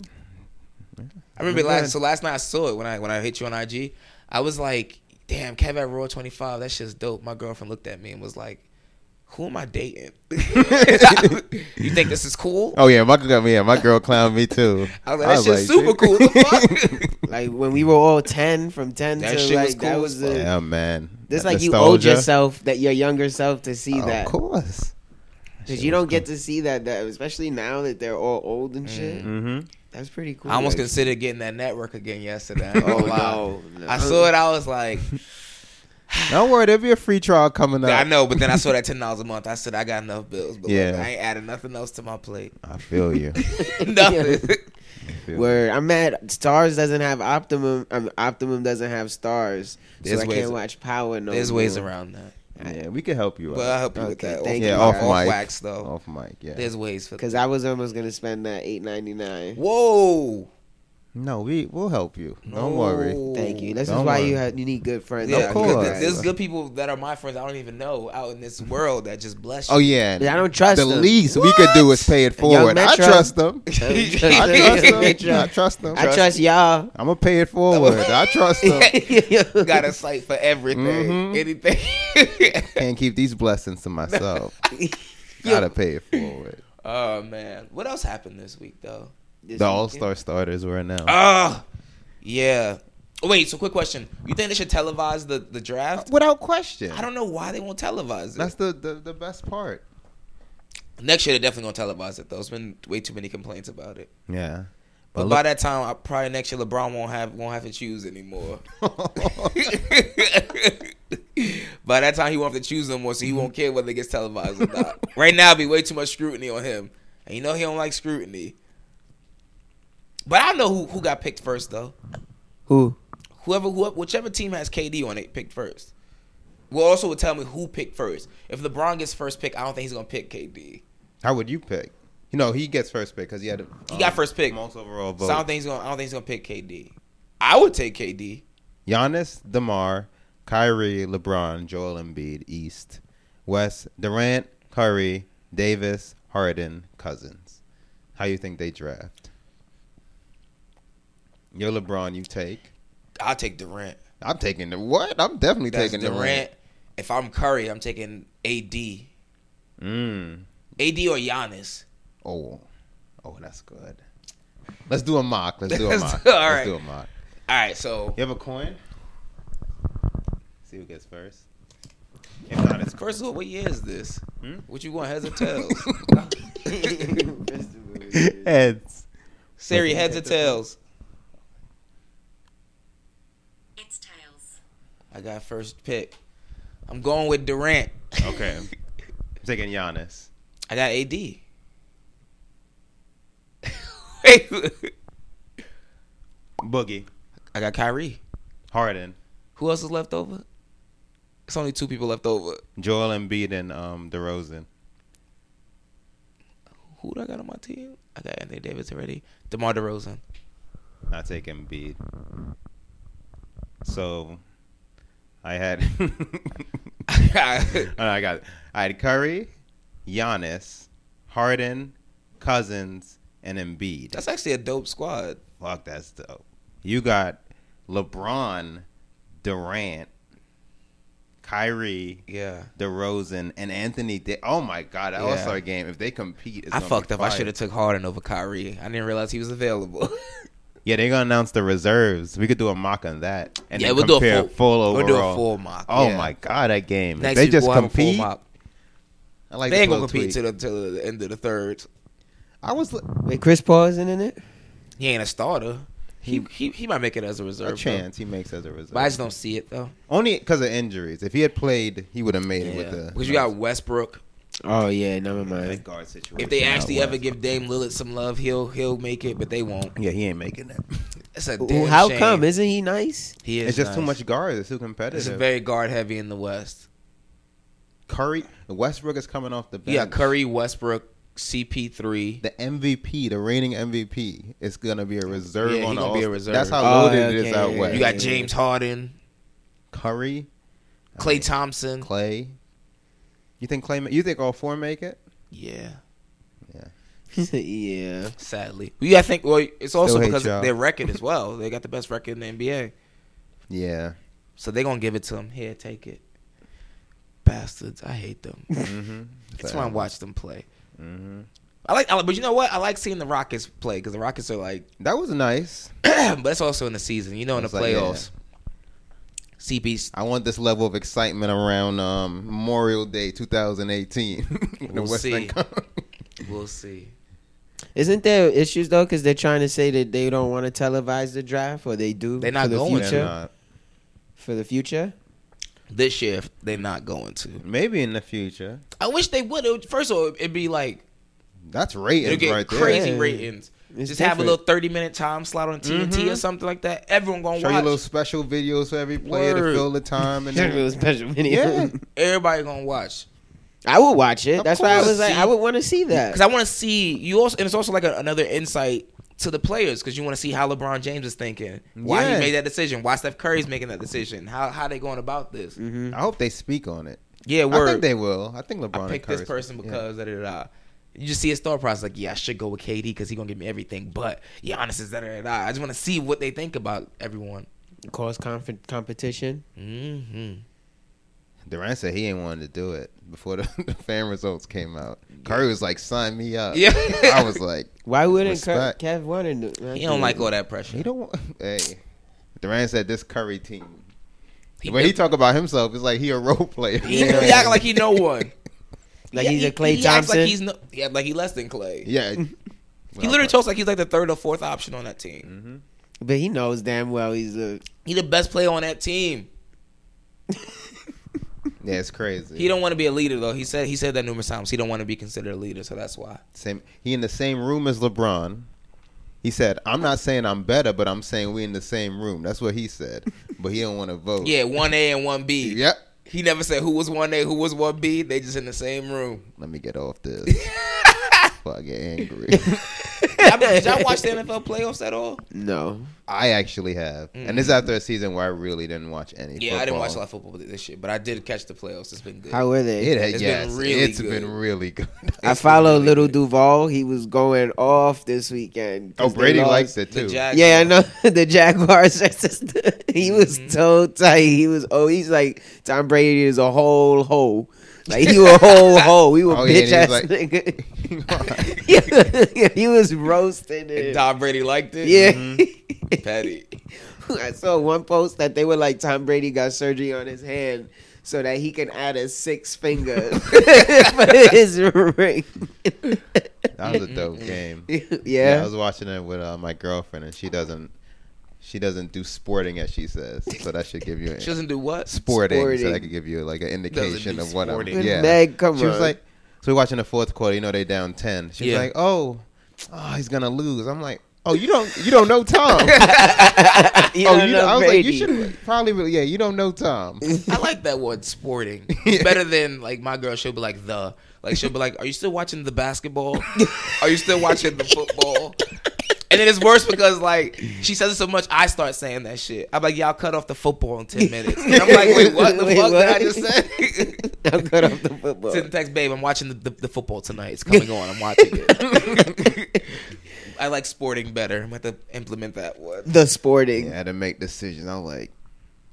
I remember last so last night I saw it when I when I hit you on IG. I was like, damn, Kev at Raw twenty five, that shit's dope. My girlfriend looked at me and was like, who am I dating? you think this is cool? Oh yeah, my girl, yeah, my girl clowned me too. I was like, that shit's super cool. The fuck? Like when we were all ten, from ten That to shit like was that cool was as the. Yeah, man. That's That like you owed nostalgia. yourself that your younger self to Oh, see Of that course. because you don't get to see that that especially now that they're all old and shit. Mm-hmm. That's pretty cool. I almost like- considered getting that network again yesterday. Oh, Oh no, wow! no. I saw it. I was like, Don't worry, there'll be a free trial coming up. I know, but then I saw that ten dollars a month. I said I got enough bills, but yeah. Yeah. I ain't adding nothing else to my plate. I feel you. nothing. Where I'm at, Stars doesn't have Optimum. Um, Optimum doesn't have Stars, There's so I ways- can't watch Power. No, There's ways more. around that. yeah, we can help you out. Well, I help you with Okay, that. thank yeah, you. off, off mic. wax though. Off mic. Yeah. There's ways for that. Because I was almost gonna spend that eight ninety nine. Whoa! no, we we'll help you. Don't No. worry. Thank you. This is Don't why worry. you had you need good friends. Yeah, out course. here, good- guys. There's good people that are my friends. I don't even know out in this world that just bless you. Oh yeah. I don't trust The them. least we could do is pay it forward. I Metro. trust them. I trust them. I I trust them. I trust y'all. I'm gonna pay it forward. I trust them. Got a site for everything, Mm-hmm. anything. Can't keep these blessings to myself. Gotta pay it forward. oh man, what else happened this week though? The All Star starters were announced. Oh, yeah. Oh, wait, so quick question: You think they should televise the the draft? Without question. I don't know why they won't televise it. That's the, the the best part. Next year they're definitely gonna televise it though. It's been way too many complaints about it. Yeah. But, But by look, that time, I, probably next year LeBron won't have won't have to choose anymore. by that time, he won't have to choose no more, so he won't care whether it gets televised or not. right now, it'd be way too much scrutiny on him, and you know he don't like scrutiny. But I know who who got picked first though. Who? Whoever, whoever, whichever team has KD on it picked first. Will also would tell me who picked first. If LeBron gets first pick, I don't think he's gonna pick KD. how would you pick? You know, he gets first pick because he had a, He got first pick. most overall vote. So I don't think he's gonna. I don't think he's gonna pick KD. I would take KD. Giannis, Demar, Kyrie, LeBron, Joel Embiid, East, West, Durant, Curry, Davis, Harden, Cousins. How you think they draft? Your LeBron, you take. I'll take Durant. I'm taking the what? I'm definitely That's taking Durant. Durant. If I'm Curry, I'm taking AD. Mm. AD or Giannis. Oh, oh, that's good. Let's do a mock. Let's do a Let's mock. do- all Let's right. do a mock. All right, so You have a coin? See who gets first. If not, it's first of all, what year is this? Hmm? What you want, heads or tails? heads. Siri, heads or tails? It's Tails. I got first pick. I'm going with Durant. Okay. I'm taking Giannis. I got AD. Wait. Boogie. I got Kyrie. Harden. Who else is left over? It's only two people left over. Joel Embiid and um DeRozan. Who do I got on my team? I got Anthony Davis already. DeMar DeRozan. I take Embiid. So I had Oh, no, I got it. I had Curry, Giannis, Harden, Cousins, and Embiid. That's actually a dope squad. Fuck, that's dope. You got LeBron, Durant, Kyrie, Yeah. DeRozan, and Anthony. Da- oh my God, that Yeah. All Star game. If they compete, it's I gonna be fucked up. I fire. should have took Harden over Kyrie. I didn't realize he was available. Yeah, they're gonna announce the reserves. We could do a mock on that. And Yeah, then we'll do a compare full- full overall. we'll do a full mock, Oh yeah. my God, that game. If Next they week just we'll have a full compete. mop. I like They ain't the gonna flow compete tweet. till the, till the end of the third. I was li- Wait, Chris Paul isn't in it. He ain't a starter. He he, he might make it as a reserve. a though. chance he makes as a reserve. But I just don't see it though. Only because of injuries. If he had played, he would have made it with the Because you got Westbrook. Oh yeah, never that mind. guard situation. If they out actually west. ever give Dame Lillard some love, he'll he'll make it, but they won't. yeah, he ain't making that. It's a Ooh, damn how shame. come? Isn't he nice? He is It's just too nice. much guards. It's too competitive. It's very guard heavy in the West. Curry Westbrook is coming off the bench. Yeah, Curry, Westbrook, CP3. The MVP, the reigning MVP, is gonna be a reserve Yeah, he on the gonna be a All- reserve. That's how Oh, loaded it is okay, out yeah, west. You got James Harden, Curry, Clay Thompson. Clay. You think Clay? ma- You think all four make it? Yeah, yeah. sadly. We I think well, it's also hate because y'all. of their record as well. They got the best record in the NBA. Yeah. So they're gonna give it to him. Here, take it. bastards. I hate them. Mm-hmm. That's why I watch them play. I like, I like, but you know what? I like seeing the Rockets play because the Rockets are like, That was nice. but it's also in the season. You know, in the It's like, yeah. playoffs, CP's I want this level of excitement around um, Memorial Day 2018. when the We'll Western see. Con- We'll see. Isn't there issues though? Because they're trying to say that they don't want to televise the draft, or they do. They're not for the going. future. They're not. For the future, This year, if they're not going to. Maybe in the future. I wish they would. It would- First of all, it'd be like That's it'll ratings get right there. crazy Yeah. ratings. It's Just have a different. little thirty-minute time slot on TNT or something like that. Everyone gonna Mm-hmm. Show you watch. little special videos for every player Word. to fill the time. and Little special video. Yeah. Everybody gonna watch. I would watch it. Of That's why I course. was like, See- I would want to see that. because I want to see you also, and it's also like a, another insight to the players because you want to see how LeBron James is thinking, why Yeah. he made that decision, why Steph Curry's making that decision, how how they going about this. I hope they speak on it. Yeah, Mm-hmm. I word. I, think they will. I think LeBron. picked this person because da, da, da, da. You just see his thought process, like, yeah, I should go with KD because he gonna give me everything, but Giannis is da da da. da. I just want to see what they think about everyone. Cause conf- competition. hmm Durant said he ain't wanted to do it before the, the fan results came out. Curry was like, "Sign me up." Yeah. I was like, Why wouldn't Kev, Respect. Kev want to do? He don't like all that pressure. "He don't." Want, hey, Durant said this Curry team. He, when he talk about himself, it's like he a role player. he really acting like he no one. Like Yeah, he's he- a Clay he acts Thompson. Like he's no, yeah, like he less than Clay. yeah. He literally talks like he's like the third or fourth option on that team. but he knows damn well he's a. He the best player on that team. Yeah, it's crazy. He don't want to be a leader though. He said he said that numerous times. He don't want to be considered a leader, so that's why. Same. He in the same room as LeBron. He said, "I'm not saying I'm better, but I'm saying we in the same room." That's what he said. But he don't want to vote. Yeah, one A and one B. Yep. He never said who was one A, who was one B. They just in the same room. Let me get off this. Before I get angry. Y'all- Did y'all watch the NFL playoffs at all? No. I actually have, and this after a season where I really didn't watch any. Mm. Yeah, I didn't watch a lot football. of football this shit, but I did catch the playoffs. It's been good. How were they? It has It's been yes, really it's good. been really good. I follow Little Duval. He was going off this weekend. oh, 'cause they Brady lost. likes it the too. Jags- Yeah, I know the Jaguars. he was so tight. He was oh, he's like Tom Brady is a whole hoe. Like he was a whole hoe. He was Oh, yeah, and bitch he ass was like- nigga. yeah, he was roasting And it. Tom Brady liked it. Mm-hmm. Yeah. Mm-hmm. Petty. I saw one post that they were like Tom Brady got surgery on his hand so that he can add a six finger for his ring. That was a dope game. yeah. I was watching it with uh, my girlfriend, and she doesn't, she doesn't do sporting as she says. So that should give you She a, doesn't do what? sporting, so Sporting. that could give you like an do indication of what I'm. sporting. Yeah, Meg, come she was on. like, so we're watching the fourth quarter. You know they down ten. She Yeah. was like, oh, oh, he's gonna lose. I'm like. Oh, you don't you don't know Tom. You oh, don't you know I was like, you Brady. should probably really, yeah. You don't know Tom. I like that word sporting. It's better than like my girl. She'll be like the like she'll be like, are you still watching the basketball? Are you still watching the football? And then it's worse because like she says it so much, I start saying that shit. I'm like, y'all cut off the football in ten minutes. And I'm like, wait, what the Wait, fuck did I what? just say? I'm good off the football. Send the text, babe. I'm watching the, the, the football tonight. It's coming on. I'm watching it. I like sporting better. I'm going to implement that one. The sporting. Yeah, I had to make decisions. I'm like,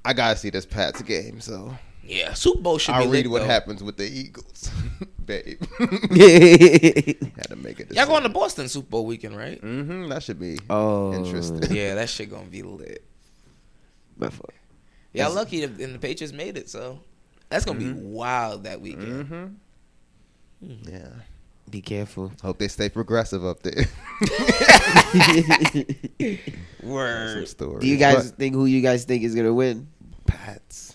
I gotta see this Pats game, so Yeah, Super Bowl should be. I'll read lit, what though. happens with the Eagles, babe. had to make a decision. Y'all going to Boston Super Bowl weekend, right? Mm-hmm, that should be Oh. interesting. Yeah, that shit gonna be lit. My fault. Y'all lucky that and the Patriots made it, so that's gonna be Mm-hmm. wild that weekend. Yeah, Be careful. hope they stay progressive up there. Some Word. stories. Do you guys But think who you guys think is gonna win? Pats?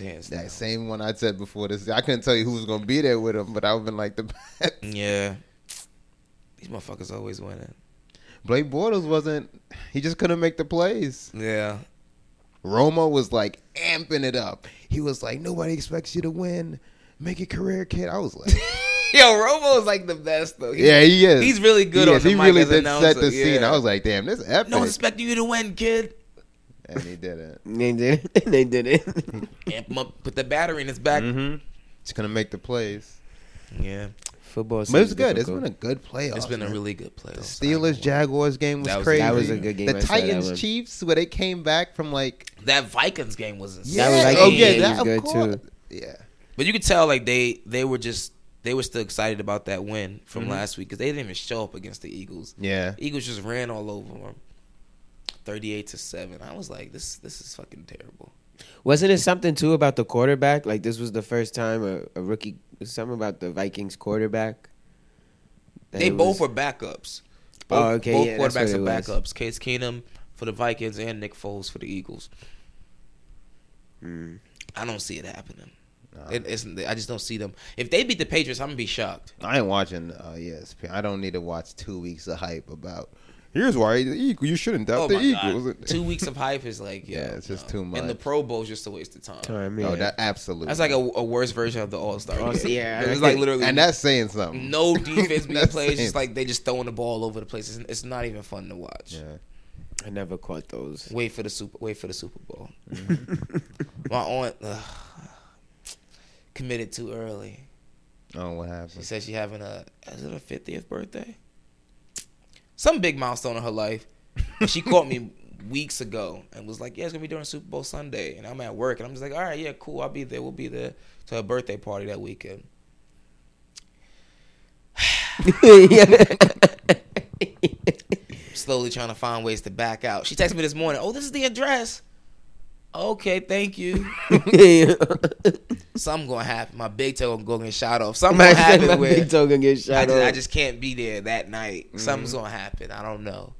Hands down. That same one I said before this. I couldn't tell you who was gonna be there with them, but I've been like the Pats. Yeah. These motherfuckers always winning. Blake Bortles wasn't. He just couldn't make the plays. Yeah. Romo was like amping it up. He was like, nobody expects you to win. Make a career, kid. I was like, Yo, Romo is like the best though. He- yeah, he is. He's really good on the he mic really as did set announcer, the scene. yeah. I was like, damn, this is epic. No one's expecting you to win, kid. and he didn't. They didn't. They didn't. Amp him up, put the battery in his back. He's gonna make the plays. Mm-hmm. Yeah. Football. But it's good. It's been a good playoff. It's been a man. really good play. The Steelers Jaguars game was, That was- crazy. that was a good game. I The saw that Titans one. Chiefs where they came back from like That Vikings game was insane. yeah, was like oh eight yeah, games that of good, course. too. Yeah, But you could tell like they they were just they were still excited about that win from Mm-hmm. last week because they didn't even show up against the Eagles. Yeah. Eagles just ran all over them, thirty-eight to seven. I was like, this this is fucking terrible. Wasn't it something too about the quarterback? Like this was the first time a, a rookie. Something about the Vikings quarterback. That They it both was- were backups. Both, Oh, okay, both yeah, that's quarterbacks are what it was. backups. Case Keenum for the Vikings and Nick Foles for the Eagles. Hmm. I don't see it happening. It, it's, I just don't see them. If they beat the Patriots, I'm gonna be shocked. I ain't watching uh, ESPN. I don't need to watch two weeks of hype about. Here's why the Eagle. You shouldn't doubt Oh the my Eagles. god, two weeks of hype is like yo, Yeah, it's just too And the much. Pro Bowl's just a waste of time. Time, yeah. Oh, that absolutely. That's like a, a worse version of the All Star. All-Star, yeah. it's like literally and that's saying something. no defense being That's played. It's insane. just like they just throwing the ball over the place. It's, it's not even fun to watch. I never caught those. Wait for the super. Wait for the Super Bowl. Mm-hmm. My aunt ugh, committed too early. Oh, what She happened? said she having a is it a fiftieth birthday? Some big milestone in her life. And she called me weeks ago and was like, "Yeah, it's gonna be during Super Bowl Sunday," and I'm at work, and I'm just like, "All right, yeah, cool, I'll be there. We'll be there to her birthday party that weekend." Slowly trying to find ways to back out. She texted me this morning. Oh, this is the address. Okay, thank you. Something gonna happen. My big toe gonna get shot off. Something my gonna happen my where big toe gonna get shot I just, I off. Mm-hmm. just can't be there that night. Something's gonna happen. I don't know.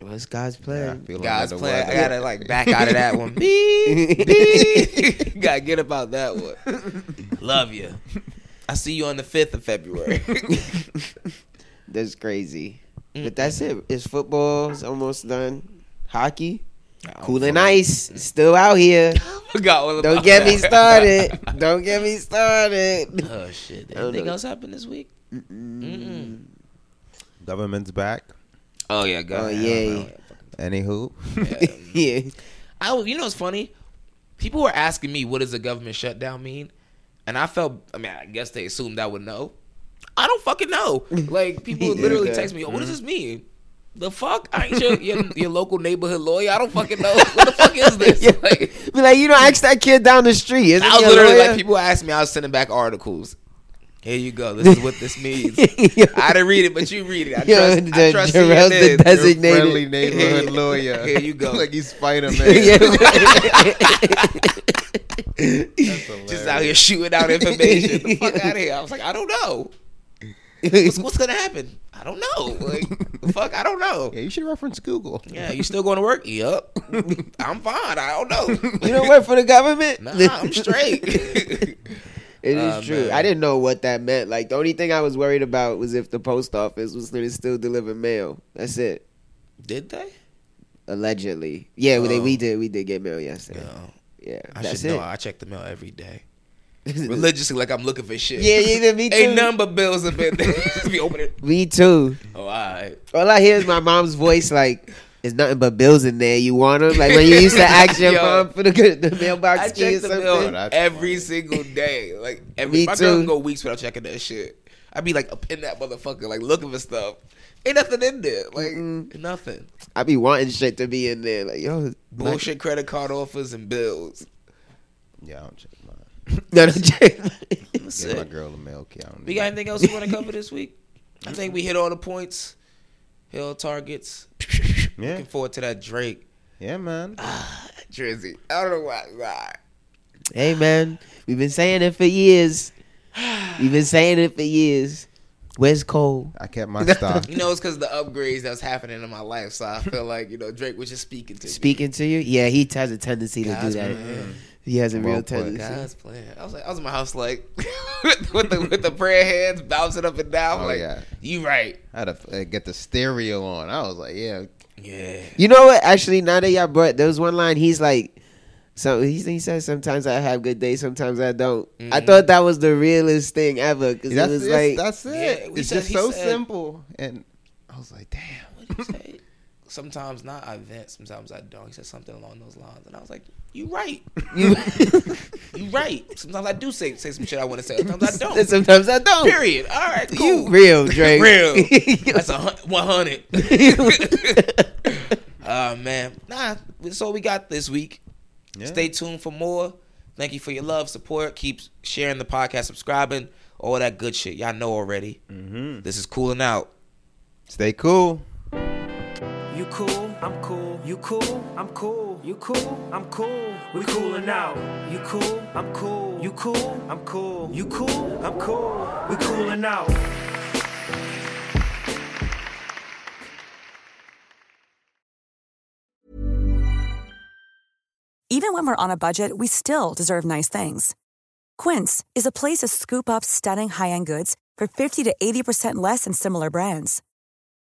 What's God's plan? feel God's under the plan. I weather. gotta like back out of that one. Beep, beep. gotta get about that one. Love you. I see you on the fifth of February. That's crazy. But that's it. It's football. It's almost done. Hockey. Cool and ice. It's Still out here. Forgot all Don't about get me that. started. Don't get me started. Oh shit! don't Anything know. else happened this week? Government's back. Oh yeah, God. Oh, yeah. Anywho, yeah. I was- you know what's funny? People were asking me what does a government shutdown mean, and I felt. I mean, I guess they assumed I would know. I don't fucking know. Like people Yeah, literally okay. text me, oh, "What does this mean?" The fuck? I ain't your, your your local neighborhood lawyer. I don't fucking know. What the fuck is this? Like, Be like, you know, ask that kid down the street. Isn't I he was a literally lawyer? like, people asked me, I was sending back articles. Here you go. This is what this means. I didn't read it, but you read it. I Yo, trust. I the- trust Jarrell's the CNN. desert- Designated- friendly neighborhood Here- lawyer. here you go. like he's Spider Yeah. Man. just out here shooting out information. the fuck out of here. I was like, I don't know. What's, what's gonna happen? I don't know. Like, the fuck, I don't know. yeah, you should reference Google. Yeah, you still going to work? Yup. I'm fine. I don't know. you don't work for the government? Nah, I'm straight. It is Ah, true. man. I didn't know what that meant. Like the only thing I was worried about was if the post office was going to still deliver mail. That's it. Did they? Allegedly, yeah. well, they, Oh. we did. We did get mail yesterday. No. Yeah, I that's should it. know. I check the mail every day. Religiously, like I'm looking for shit. yeah, yeah. Me too. Ain't nothing but bills in bed. Just be opening. me too. Oh, all right. All I hear is my mom's voice. Like it's nothing but bills in there. You want them? Like when you used to ask your Yo. mom for the, the mailbox I key or check the something. mail Oh, that's every funny. single day. Like every Me my girl too. can go weeks without checking that shit. I'd be like up in that motherfucker, like looking for stuff. Ain't nothing in there. Like nothing. I be wanting shit to be in there. Like yo, Bullshit credit card offers and bills. Yeah, I don't check mine. No, no, Jay. That's Give my it. girl a milk. Yeah, I don't We need got that. anything else we want to cover this week? I think we hit all the points. Hit all targets. Yeah. Looking Uh, forward to that Drake. Yeah, man. Drizzy. I don't know why. why. Hey man, we've been saying it for years. We've been saying it for years. Where's Cole? I kept my stock. You know, it's because the upgrades that's happening in my life. So I feel like, you know, Drake was just speaking to me. Speaking to you? Yeah, he has a tendency to do God's that. plan. He has a Well real put. tendency. God's plan. I was like, I was in my house like with the with the prayer hands bouncing up and down. Oh, like yeah. you right. I had to uh, get the stereo on. I was like, yeah, Yeah. You know what? Actually, now that y'all brought there was one line. He's like, so he, he said, "Sometimes I have good days, sometimes I don't." Mm-hmm. I thought that was the realest thing ever because it that's was it. like, that's Yeah, it. we it's said- just he so said- simple. And I was like, damn. Sometimes not I vent, sometimes I don't. He said something along those lines. And I was like, You right. you right. Sometimes I do say say some shit I want to say. Sometimes I and don't. sometimes I don't. Period. All right, cool. You real, Drake. real. That's a one hundred. Oh man, nah. That's all we got this week. Yeah. Stay tuned for more. Thank you for your love, support. Keep sharing the podcast, subscribing, all that good shit. Y'all know already. Mm-hmm. This is cooling out. Stay cool. You cool, I'm cool. You cool, I'm cool. You cool, I'm cool. We coolin' out. You cool, I'm cool. You cool, I'm cool. You cool, I'm cool. We coolin' out. Even when we're on a budget, we still deserve nice things. Quince is a place to scoop up stunning high-end goods for 50 to 80% less than similar brands.